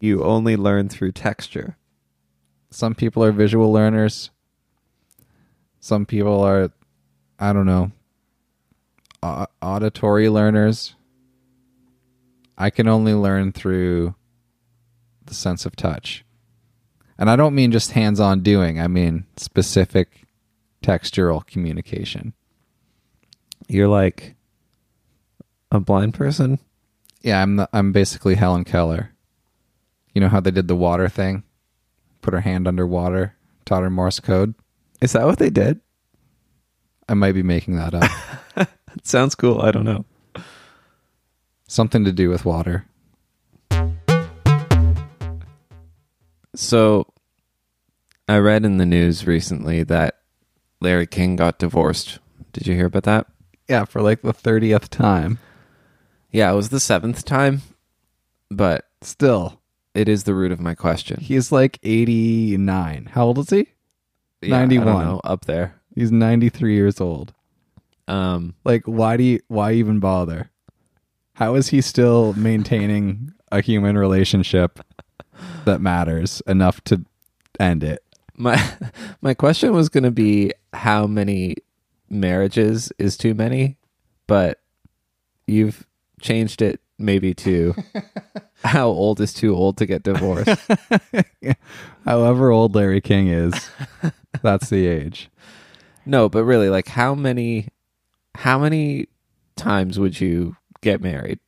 you only learn through texture. Some people are visual learners. Some people are, I don't know, au- auditory learners. I can only learn through the sense of touch. And I don't mean just hands on doing, I mean specific textural communication. You're like a blind person. Yeah, I'm the, I'm basically Helen Keller. You know how they did the water thing? Put her hand underwater, taught her Morse code. Is that what they did? I might be making that up. That sounds cool. I don't know. Something to do with water. So I read in the news recently that Larry King got divorced. Did you hear about that? Yeah, for like the 30th time. Yeah, it was the seventh time, but Still, it is the root of my question. he's like 89. How old is he? Yeah, I don't 91. know, up there. He's 93 years old. Um, Like why do you why even bother? How is he still maintaining a human relationship that matters enough to end it? my my question was going to be how many marriages is too many, but you've changed it maybe to how old is too old to get divorced. However old Larry King is, that's the age. No, but really, like how many how many times would you get married?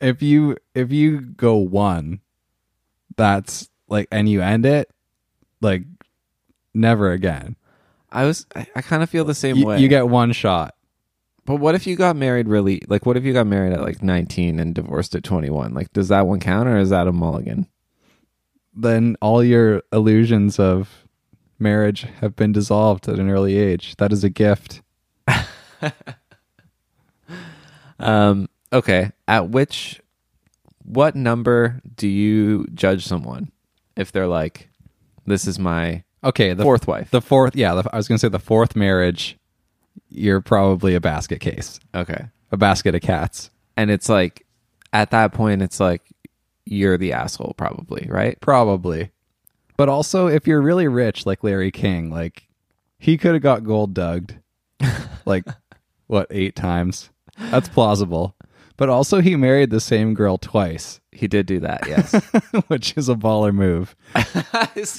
If you if you go one, that's like and you end it, like never again. I was I, I kind of feel the same You, way. you get one shot. but what if you got married really like what if you got married at like 19 and divorced at 21? Like does that one count or is that a mulligan? Then all your illusions of marriage have been dissolved at an early age. That is a gift. Um okay, at which what number do you judge someone if they're like this is my Okay, the fourth wife? the fourth, yeah, the, I was gonna say the fourth marriage. You're probably a basket case, Okay. a basket of cats, And it's like at that point it's like you're the asshole probably, right? probably. But also, if you're really rich, like Larry King, like he could have got gold dugged, like what eight times? That's plausible. But also, he married the same girl twice, He did do that, yes. which is a baller move. I,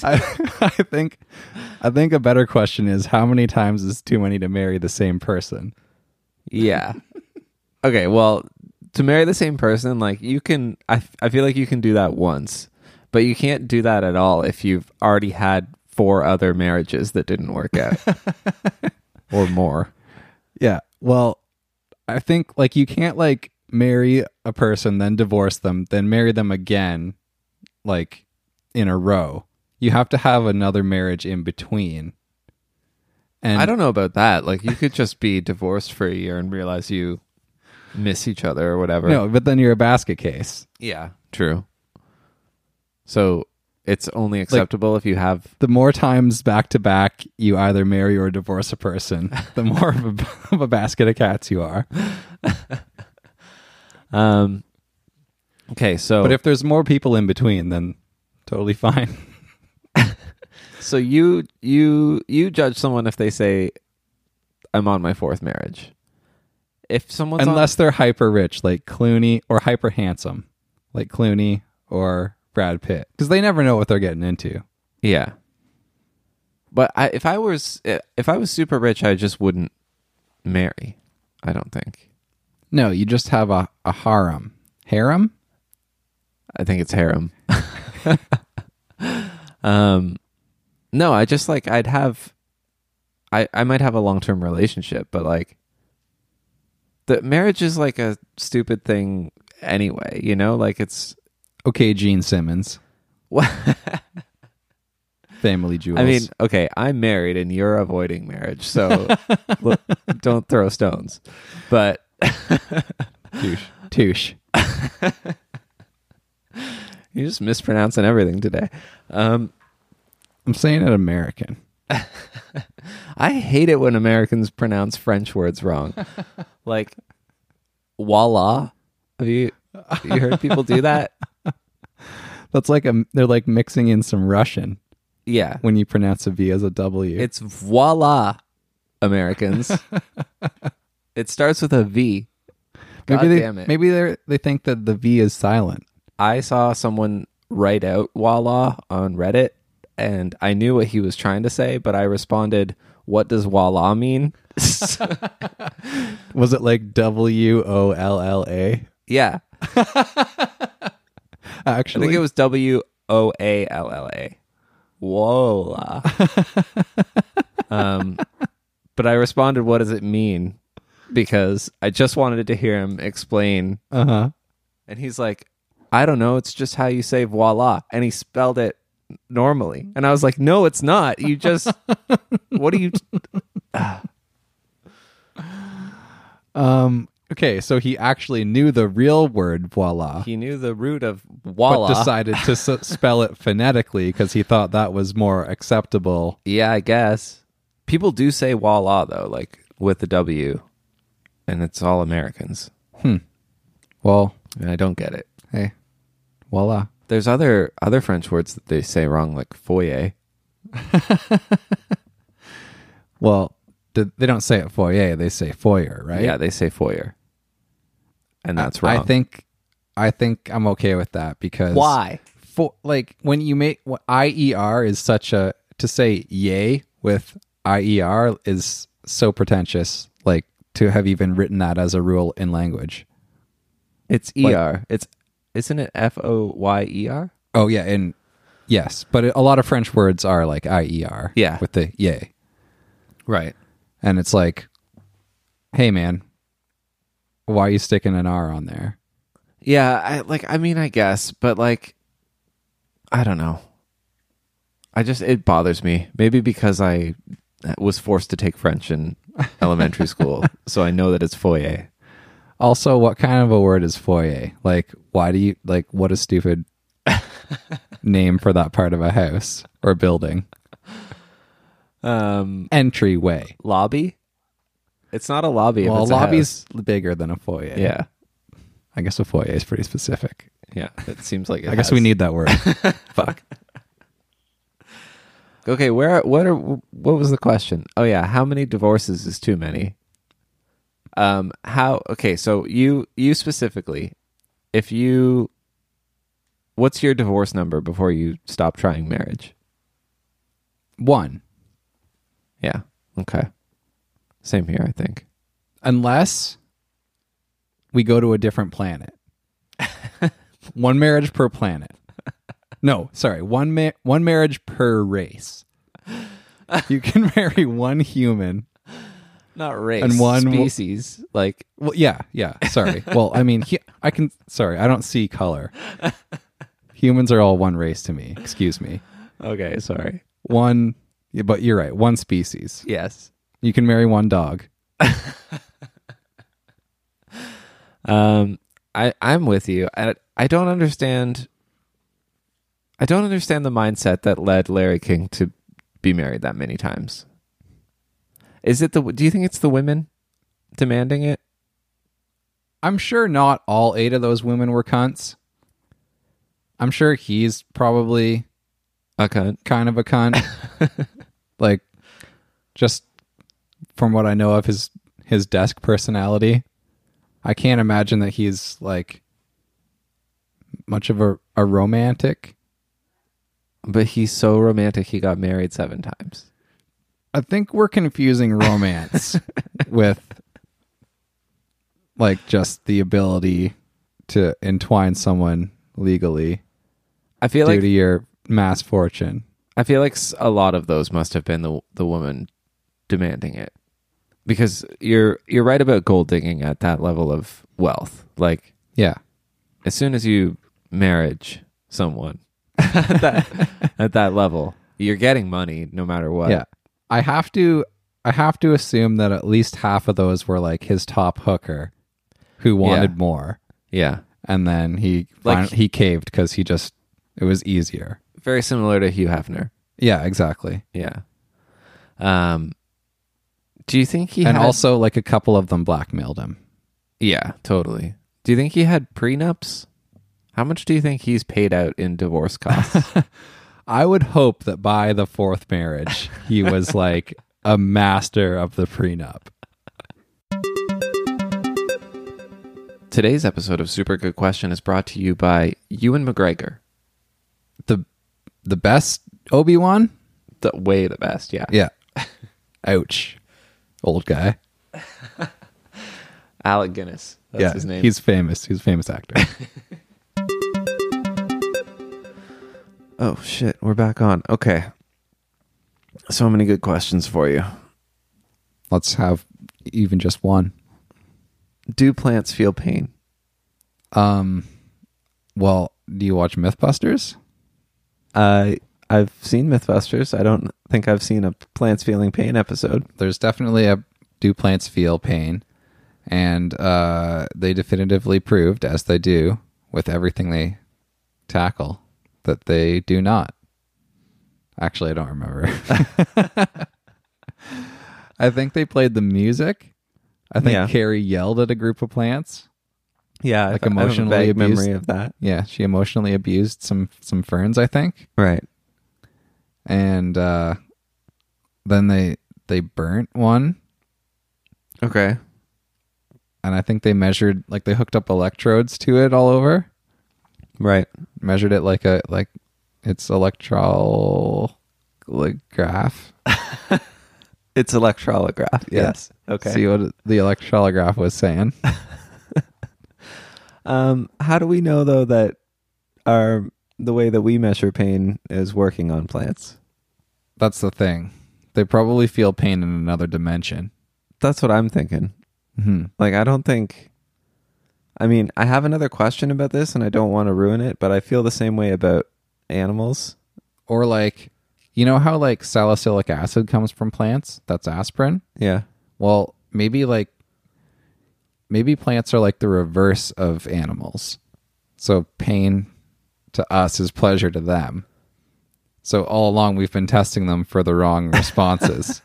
I think, I think a better question is how many times is too many to marry the same person? yeah. Okay, well, to marry the same person, like you can I f- I feel like you can do that once, but you can't do that at all if you've already had four other marriages that didn't work out or more. Yeah. Well, I think like you can't like marry a person, then divorce them, then marry them again, like in a row. You have to have another marriage in between. And I don't know about that. Like you could just be divorced for a year and realize you miss each other or whatever. no, but then you're a basket case. Yeah, true. So it's only acceptable if you have The more times back to back you either marry or divorce a person, the more of a, of a basket of cats you are. um Okay, so But if there's more people in between, then totally fine. So you you you judge someone if they say, "I'm on my fourth marriage." If someone's on- unless they're hyper rich like clooney or hyper handsome like clooney or brad pitt because they never know what they're getting into yeah, but I, if I was if I was super rich, I just wouldn't marry. I don't think. no you just have a, a harem harem I think it's harem. um, no, I just like I'd have, I I might have a long term relationship, but like, the marriage is like a stupid thing anyway. You know, like it's. okay gene simmons family jewels I mean, okay, I'm married and you're avoiding marriage, so look, don't throw stones. But touche touche you're just mispronouncing everything today. Um, i'm saying it american I hate it when Americans pronounce French words wrong, like voila. Have you you heard people do that? That's like a they're like mixing in some Russian Yeah. when you pronounce a V as a W. It's voila, Americans. it starts with a V. God maybe they damn it. maybe they they think that the V is silent. I saw someone write out voila on Reddit and I knew what he was trying to say, but I responded, What does voila mean? Was it like W O L L A? yeah. I Actually, think it was W O A L L A. Voila. um, but I responded, What does it mean? Because I just wanted to hear him explain uh huh. And he's like, I don't know. It's just how you say voila. And he spelled it normally. And I was like, no, it's not. You just, what do you, Um. Okay, so he actually knew the real word voila, he knew the root of but voila. decided to s- spell it phonetically because he thought that was more acceptable. yeah, I guess. People do say voila, though, like with the W. And it's all Americans. Hmm. Well, And I don't get it. hey, voila. There's other other French words that they say wrong, like foyer. Well, th- they don't say it foyer; they say foyer, right? Yeah, they say foyer. And that's I wrong. think, I think I'm okay with that because For like when you make what IER is such a to say yay with IER is so pretentious. Like to have even written that as a rule in language. It's ER. It's, isn't it F O Y E R? Oh yeah, and yes, but a lot of French words are like IER. Yeah. with the yay, Right. and it's like, hey man, why are you sticking an R on there? Yeah, I like I mean I guess, but like I don't know. I just it bothers me. Maybe because I was forced to take French in elementary school, so I know that it's foyer. Also, what kind of a word is foyer? Like, why do you like what a stupid name for that part of a house or building? Um Entryway. lobby? It's not a lobby. if Well, a it's a lobby's bigger than a foyer. house. Yeah. I guess a foyer is pretty specific. Yeah. It seems like it I guess we has. need that word. Fuck. Okay, where what are what was the question? Oh yeah, how many divorces is too many? Um how okay, so you you specifically if you what's your divorce number before you stop trying marriage? One. Yeah. Okay. Same here, I think. Unless we go to a different planet. one marriage per planet. No, sorry. One ma- one marriage per race. You can marry one human Not race And one w- species like Well, yeah, yeah. Sorry. well, I mean, he, I can. Sorry, I don't see color. Humans are all one race to me. Excuse me. okay, sorry. One, yeah, but you're right. One species. Yes. You can marry one dog. Um, I I'm with you. I I don't understand. I don't understand the mindset that led Larry King to be married that many times. Is it the? Do you think it's the women demanding it? I'm sure not all eight of those women were cunts. I'm sure he's probably I can't. kind of a cunt. like, just from what I know of his his desk personality, I can't imagine that he's like much of a, a romantic. But he's so romantic. He got married seven times. I think we're confusing romance with like just the ability to entwine someone legally I feel due to like your mass fortune. I feel like s- a lot of those must have been the the woman demanding it, because you're you're right about gold digging at that level of wealth. Like Yeah. as soon as you marriage someone at that, at that level, you're getting money no matter what. Yeah. I have to I have to assume that at least half of those were like his top hooker who wanted more Yeah. and then he Like- fin- he caved cuz he just it was easier. Very similar to Hugh Hefner. Yeah, exactly. Yeah. Um, do you think he and had, also like a couple of them blackmailed him. yeah, totally. Do you think he had prenups? How much do you think he's paid out in divorce costs? I would hope that by the fourth marriage, he was like a master of the prenup. Today's episode of Super Good Question is brought to you by Ewan McGregor, The the best Obi Wan. the way the best. Yeah. Yeah. Ouch, old guy. Alec Guinness. That's yeah, his name. he's famous. He's a famous actor. Oh shit, we're back on. Okay. So many good questions for you. Let's have even just one. Do plants feel pain? Um, well, do you watch MythBusters? Uh, I've seen Mythbusters. I don't think I've seen a plants feeling pain episode. There's definitely a do plants feel pain, and uh, they definitively proved, as they do with everything they tackle, that they do not. Actually, I don't remember. I think they played the music. I think Yeah. Carrie yelled at a group of plants. Yeah, Like I have emotionally a vague abused? memory of that. Yeah, she emotionally abused some some ferns, I think. Right. and uh, then they they burnt one, Okay. and I think they measured like they hooked up electrodes to it all over, Right. measured it like a like it's electrolograph. It's electrolograph. Yes. Okay. See what the electrolograph was saying. Um, how do we know though that our the way that we measure pain is working on plants? That's the thing. They probably feel pain in another dimension. That's what I'm thinking. hmm Like, I don't think. I mean, I have another question about this, and I don't want to ruin it, but I feel the same way about animals. Or like, you know how like salicylic acid comes from plants? That's aspirin. Yeah. Well, maybe like maybe plants are like the reverse of animals. So pain to us is pleasure to them. So all along we've been testing them for the wrong responses.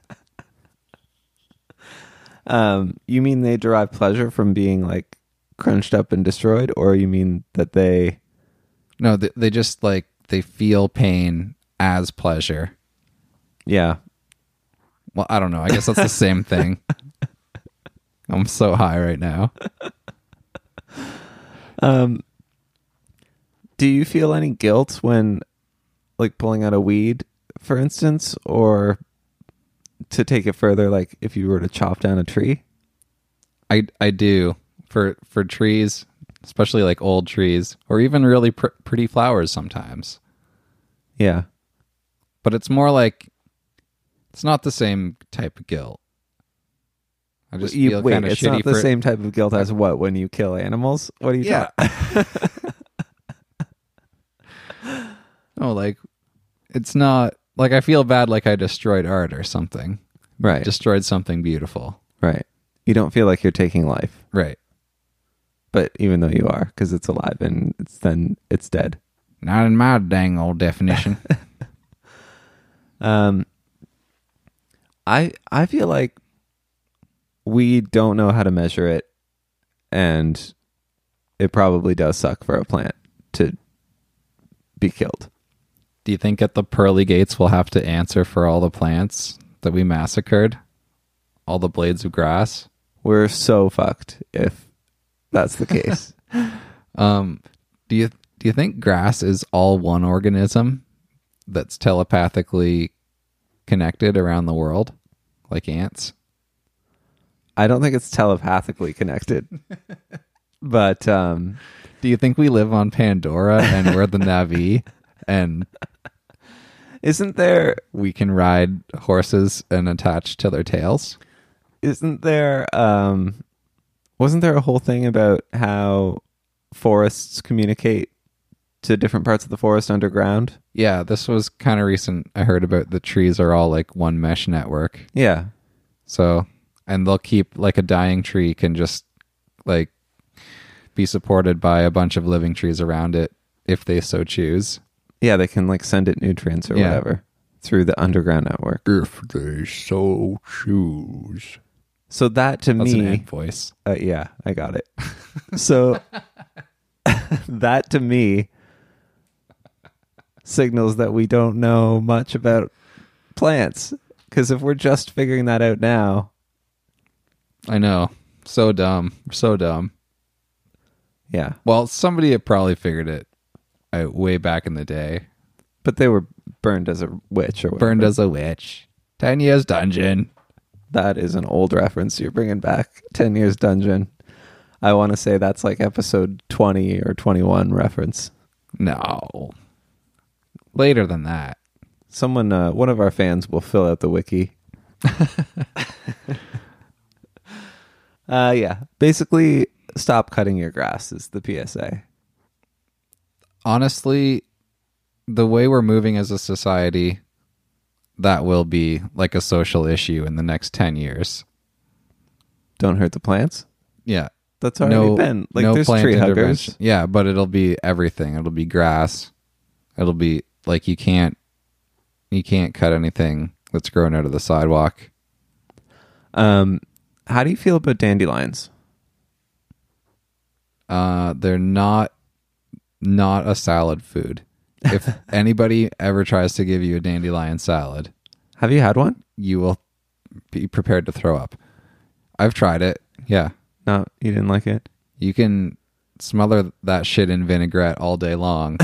Um, you mean they derive pleasure from being like crunched up and destroyed, or you mean that they? no, they, they just like they feel pain as pleasure. Yeah. Well, I don't know. I guess that's the same thing. I'm so high right now. Um, do you feel any guilt when, like, pulling out a weed, for instance, or to take it further, like if you were to chop down a tree? I I do for for trees, especially like old trees or even really pr- pretty flowers sometimes. Yeah. but it's more like it's not the same type of guilt. I just you, feel wait, kind of it's shitty not the for same type of guilt as what when you kill animals. What are you Yeah. talking? no, like it's not like I feel bad like I destroyed art or something. Right, Destroyed something beautiful. right. You don't feel like you're taking life, Right. but even though you are, because it's alive and it's then it's dead. Not in my dang old definition. Um, I I feel like we don't know how to measure it, and it probably does suck for a plant to be killed. do you think at the pearly gates we'll have to answer for all the plants that we massacred? All the blades of grass? We're so fucked if that's the case. Um, do you do you think grass is all one organism that's telepathically connected around the world, like ants? I don't think it's telepathically connected, but um, Do you think we live on Pandora and we're the Navi and isn't there we can ride horses and attach to their tails? isn't there um wasn't there a whole thing about how forests communicate to different parts of the forest underground Yeah, this was kind of recent. I heard about the trees are all like one mesh network. yeah So, and they'll keep like a dying tree can just like be supported by a bunch of living trees around it if they so choose. yeah they can like send it nutrients or Yeah. whatever through the underground network if they so choose. so that to That's an me ant voice. uh, yeah i got it so that to me signals that we don't know much about plants. Because if we're just figuring that out now, I know. So dumb. So dumb. yeah. Well, somebody had probably figured it out way back in the day. But they were burned as a witch or whatever. Burned as a witch. Ten years dungeon. That is an old reference you're bringing back. 10 Years Dungeon. I want to say that's like episode 20 or 21 reference. No. Later than that. Someone, uh, one of our fans will fill out the wiki. uh, yeah. Basically, stop cutting your grass is the PSA. Honestly, the way we're moving as a society, that will be like a social issue in the next ten years. Don't hurt the plants. Yeah. That's already been. Like, there's tree huggers. intervention. Yeah, but it'll be everything. It'll be grass. It'll be like you can't you can't cut anything that's growing out of the sidewalk. Um, how do you feel about dandelions? Uh, they're not not a salad food. If anybody ever tries to give you a dandelion salad, Have you had one? you will be prepared to throw up. I've tried it. Yeah. No, you didn't like it. You can smother that shit in vinaigrette all day long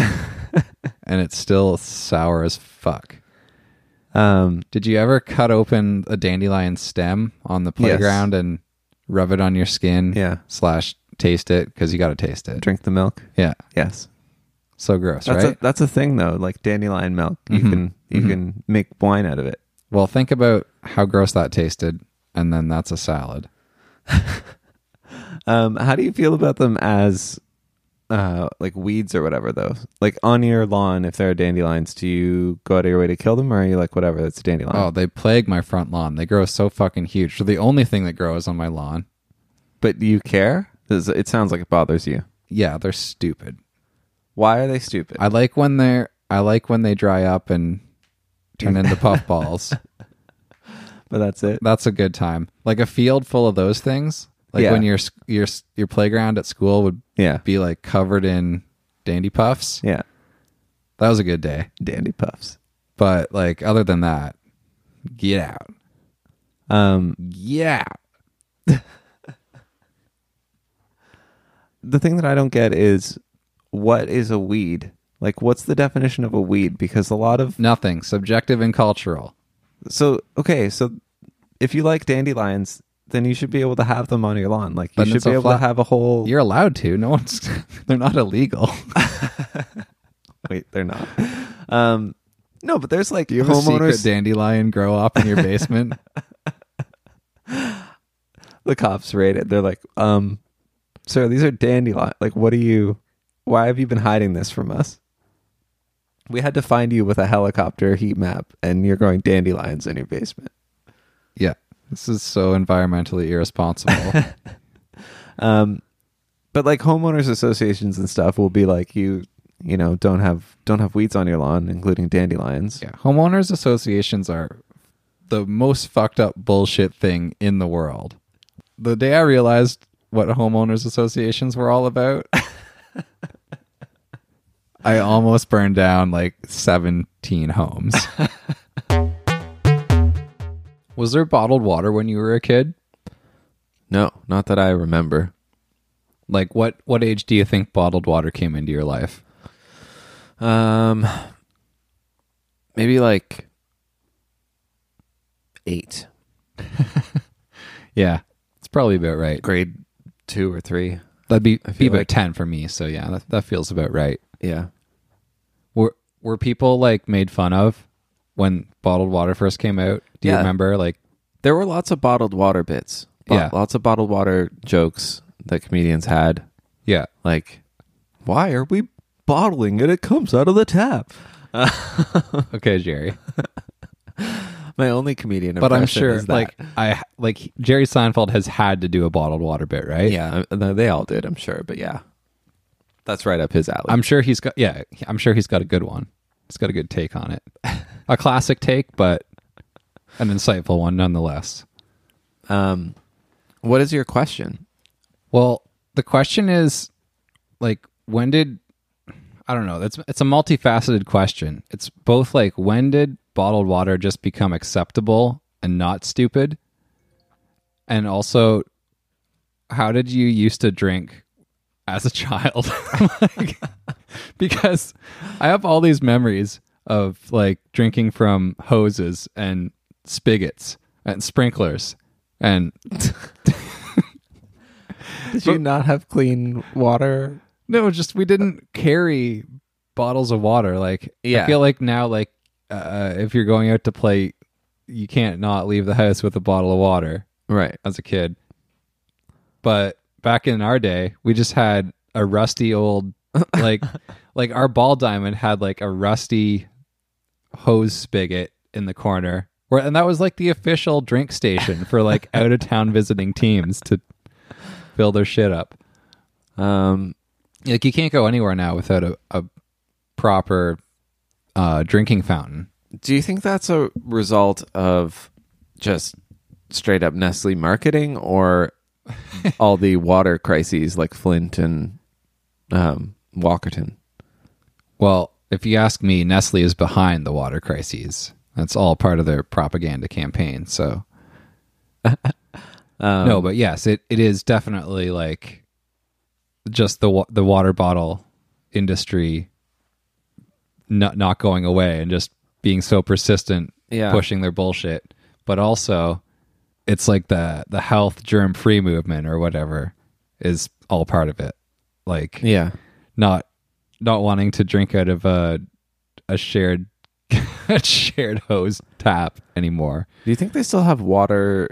and it's still sour as fuck. Um, Did you ever cut open a dandelion stem on the Yes. playground and rub it on your skin? Yeah. Slash taste it because you got to taste it. drink the milk. Yeah. Yes. So gross, That's Mm-hmm. right? a that's a thing though, like dandelion milk. You can you can make wine out of it. well, think about how gross that tasted, and then that's a salad. Um, how do you feel about them as uh, like weeds or whatever though? Like on your lawn, if there are dandelions, do you go out of your way to kill them, or are you like whatever? That's a dandelion. Oh, they plague my front lawn. They grow so fucking huge. So the only thing that grows on my lawn. But do you care? 'Cause It sounds like it bothers you. Yeah, they're stupid. Why are they stupid? I like when they're. I like when they dry up and turn into puff balls. but that's it. that's a good time. Like a field full of those things. Like Yeah. when your sc- your s- your playground at school would Yeah, be like covered in dandy puffs. yeah. That was a good day. Dandy puffs. But like other than that, get out. Um, Yeah. the thing that I don't get is what is a weed? Like, what's the definition of a weed? Because a lot of Nothing. Subjective and cultural. So okay, so if you like dandelions, then you should be able to have them on your lawn. Like you But should it's a be able fla- to have a whole. You're allowed to. No one's they're not illegal. Wait, they're not. Um, no, but there's like You have a homeowners. secret dandelion grow up in your basement. the cops raid it. They're like, um, sir, these are dandelion. Like, what are you? Why have you been hiding this from us? We had to find you with a helicopter heat map, and you're growing dandelions in your basement. yeah. This is so environmentally irresponsible. Um, but like homeowners associations and stuff will be like, you, you know, don't have don't have weeds on your lawn, including dandelions. yeah. Homeowners associations are the most fucked up bullshit thing in the world. The day I realized what homeowners associations were all about, I almost burned down like 17 homes. Was there bottled water when you were a kid? No, not that I remember. Like what what age do you think bottled water came into your life? Um, maybe like eight, Yeah. It's probably about right. grade two or three. That'd be, be feel about like- 10 for me, so yeah, that, that feels about right. Yeah, Were were people like made fun of when bottled water first came out? Do you Yeah. remember? Like there were lots of bottled water bits. Bo- Yeah. lots of bottled water jokes that comedians had. yeah. Like, why are we bottling it? It comes out of the tap. Okay, Jerry. My only comedian, But I'm impression sure is that. like I like Jerry Seinfeld has had to do a bottled water bit, right? yeah, I- they all did. I'm sure, but yeah, that's right up his alley. I'm sure he's got yeah, I'm sure he's got a good one. He's got a good take on it. a classic take, but an insightful one nonetheless. um, what is your question? Well, the question is like when did I don't know. That's it's a multifaceted question. It's both like when did bottled water just become acceptable and not stupid? And also how did you used to drink as a child? Like, because I have all these memories of like drinking from hoses and spigots and sprinklers and Did you not have clean water? No, just we didn't carry bottles of water. Like I Yeah. feel like now, like uh, if you're going out to play, you can't not leave the house with a bottle of water. Right. As a kid, but back in our day, we just had a rusty old like like our ball diamond had like a rusty hose spigot in the corner. Where, and that was like the official drink station for like out of town visiting teams to fill their shit up Um, like you can't go anywhere now without a, a proper uh, drinking fountain. do you think that's a result of just straight up Nestle marketing or all the water crises like Flint and um, Walkerton? Well, if you ask me, Nestle is behind the water crises. That's all part of their propaganda campaign. So, no, but yes, it, it is definitely like just the wa- the water bottle industry not not going away and just being so persistent, Yeah. pushing their bullshit. But also, it's like the the health germ free movement or whatever is all part of it. Like, Yeah. not not wanting to drink out of a a shared a shared hose tap anymore. Do you think they still have water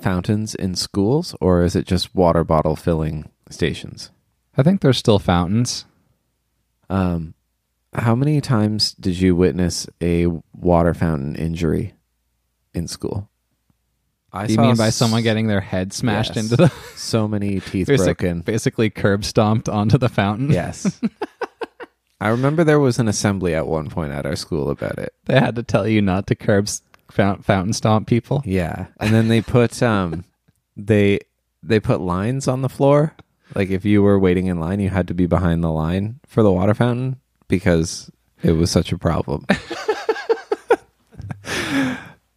fountains in schools or is it just water bottle filling stations? I think there's still fountains. Um, how many times did you witness a water fountain injury in school? I Do you saw mean by s- someone getting their head smashed Yes. into the so many teeth basic- broken? basically curb stomped onto the fountain? Yes. I remember there was an assembly at one point at our school about it. They had to tell you not to curb s- fount- fountain stomp people. Yeah. And then they put um they they put lines on the floor. Like if you were waiting in line, you had to be behind the line for the water fountain because it was such a problem.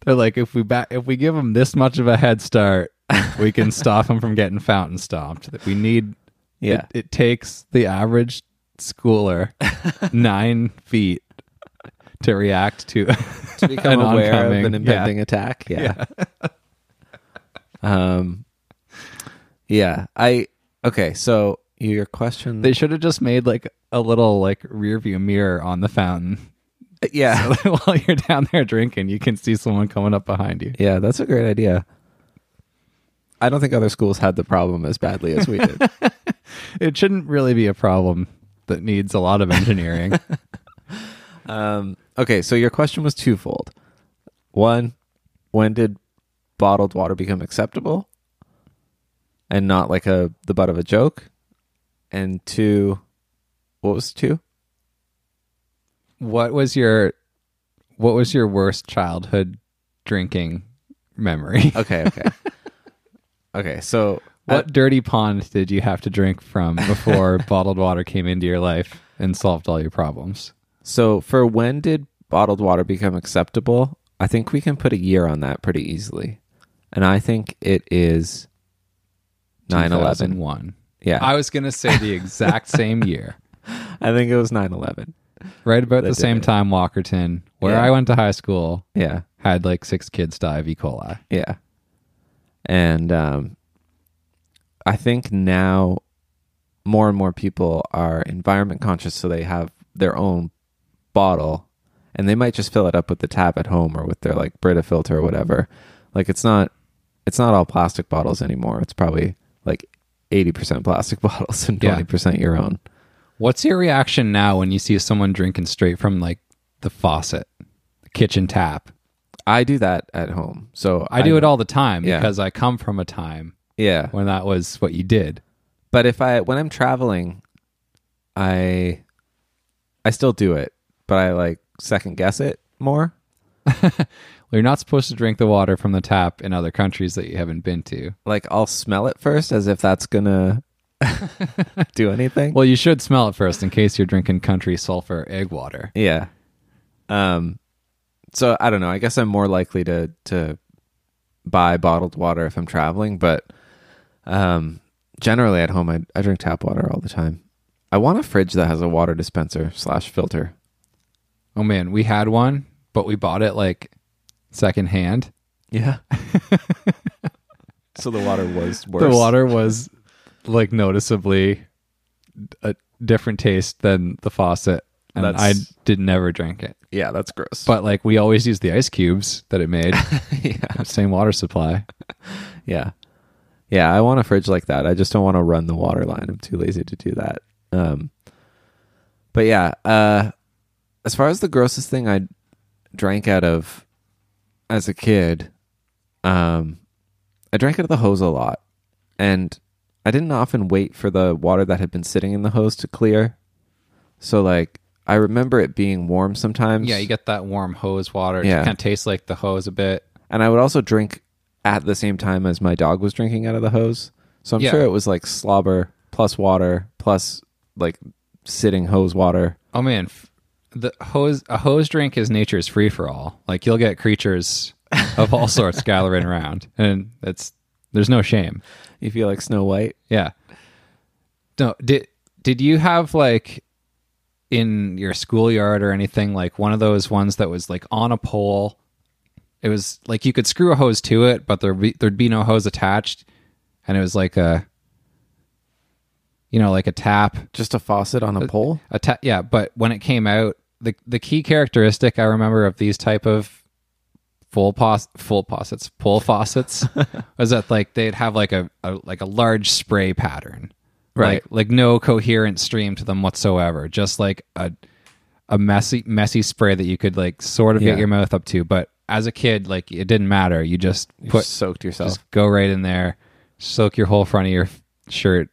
They're like, if we back, if we give them this much of a head start, we can stop them from getting fountain stomped. That we need. Yeah. it, it takes the average schooler nine feet to react to. to become An aware oncoming- of an yeah. impending attack. Yeah. um. Yeah. I. Okay. So your question. they should have just made like a little like rear view mirror on the fountain. yeah. While you're down there drinking, you can see someone coming up behind you. Yeah. That's a great idea. I don't think other schools had the problem as badly as we did. It shouldn't really be a problem that needs a lot of engineering. um. Okay. So your question was twofold. One, when did bottled water become acceptable, and not like a the butt of a joke? And two, what was two? what was your what was your worst childhood drinking memory? Okay, okay. okay, so What dirty pond did you have to drink from before bottled water came into your life and solved all your problems? so for when did bottled water become acceptable? I think we can put a year on that pretty easily. And I think it is 9/11. 2001. Yeah. I, I was going to say the exact same year, think it was 9/11. right about They the same did. time Walkerton, where Yeah. I went to high school, Yeah. had like six kids die of E. coli. Yeah. And um, I think now more and more people are environment conscious, so they have their own bottle and they might just fill it up with the tap at home or with their like Brita filter or whatever. Like it's not it's not all plastic bottles anymore. It's probably like 80% plastic bottles and Yeah. 20% your own. What's your reaction now when you see someone drinking straight from like the faucet, the kitchen tap? I do that at home. So I do it all the time Yeah. because I come from a time Yeah. when that was what you did. but if i when i'm traveling i i still do it but i like second guess it more Well, you're not supposed to drink the water from the tap in other countries that you haven't been to. like i'll smell it first as if that's gonna do anything. Well, you should smell it first in case you're drinking country sulfur egg water. yeah. Um. So I don't know. I guess I'm more likely to to buy bottled water if I'm traveling, but um, generally at home I I drink tap water all the time. I want a fridge that has a water dispenser slash filter. Oh man, we had one, but we bought it like secondhand. Yeah. so the water was worse. The water was like noticeably a different taste than the faucet, and I That's- did never drink it. Yeah, that's gross. But like we always used the ice cubes that it made, yeah. same water supply. Yeah. Yeah, I want a fridge like that. I just don't want to run the water line. I'm too lazy to do that. Um But yeah, uh as far as the grossest thing I drank out of as a kid, um I drank out of the hose a lot. And I didn't often wait for the water that had been sitting in the hose to clear. So like I remember it being warm sometimes. Yeah, you get that warm hose water. It Yeah. kind of tastes like the hose a bit. and I would also drink at the same time as my dog was drinking out of the hose. So I'm Yeah. sure it was like slobber plus water plus like sitting hose water. Oh man, f- the hose a hose drink is nature's free for all. Like you'll get creatures of all sorts gathering around, and it's there's no shame. You feel like Snow White? Yeah. No, did did you have like in your schoolyard or anything like one of those ones that was like on a pole? It was like you could screw a hose to it, but there be, there'd be no hose attached, and it was like a you know like a tap Just a faucet on a pole? a ta- yeah, but when it came out, the the key characteristic I remember of these type of full pos full faucets, pull faucets was that like they'd have like a, a like a large spray pattern. Right. Like like no coherent stream to them whatsoever. Just like a a messy messy spray that you could like sort of Yeah. get your mouth up to, but as a kid, like it didn't matter. You just Put, put soaked yourself. just go right in there, soak your whole front of your f- shirt.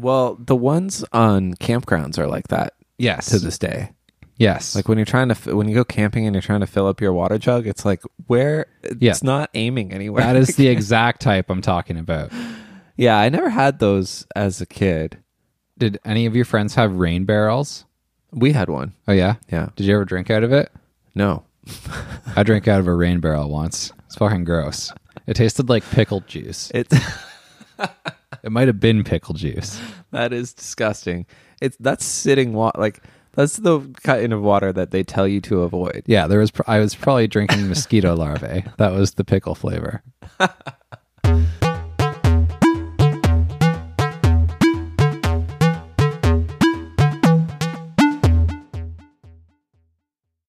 well, the ones on campgrounds are like that Yes. to this day. yes. Like when you're trying to f- when you go camping and you're trying to fill up your water jug, it's like where it's Yeah. not aiming anywhere. that is the exact type I'm talking about. yeah, I never had those as a kid. Did any of your friends have rain barrels? We had one. Oh yeah. Yeah. Did you ever drink out of it? No. I drank out of a rain barrel once. It's fucking gross. It tasted like pickled juice. It's It might have been pickled juice. That is disgusting. It's that's sitting water. Like that's the kind of water that they tell you to avoid. Yeah, there was. Pr- I was probably drinking mosquito larvae. That was the pickle flavor.